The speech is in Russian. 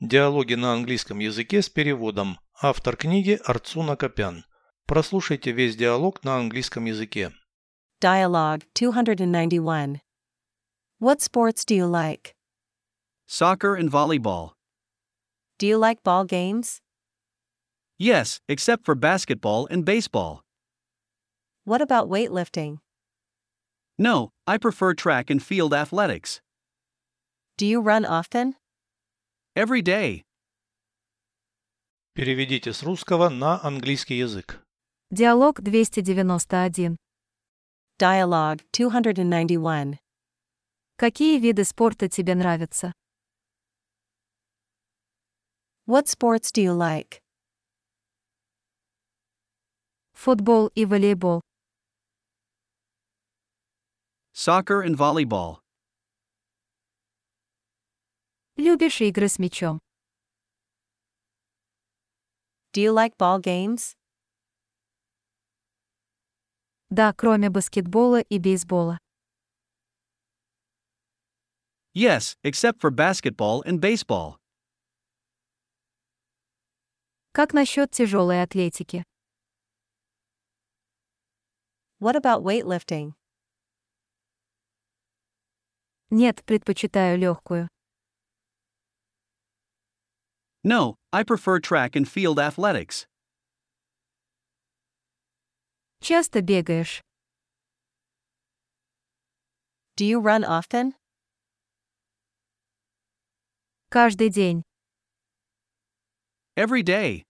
Диалоги на английском языке с переводом. Автор книги Арцуна Копян. Прослушайте весь диалог на английском языке. Dialogue 291. What sports do you like? Soccer and volleyball. Do you like ball games? Yes, except for basketball and baseball. What about weightlifting? No, I prefer track and field athletics. Do you run often? Every day. Переведите с русского на английский язык. Диалог 291. Dialogue 291. Какие виды спорта тебе нравятся? What sports do you like? Футбол и волейбол. Soccer and volleyball. Любишь игры с мячом? Do you like ball games? Да, кроме баскетбола и бейсбола. Yes, except for basketball and baseball. Как насчет тяжелой атлетики? What about weightlifting? Нет, предпочитаю легкую. No, I prefer track and field athletics. Часто бегаешь. Do you run often? Каждый день. Every day.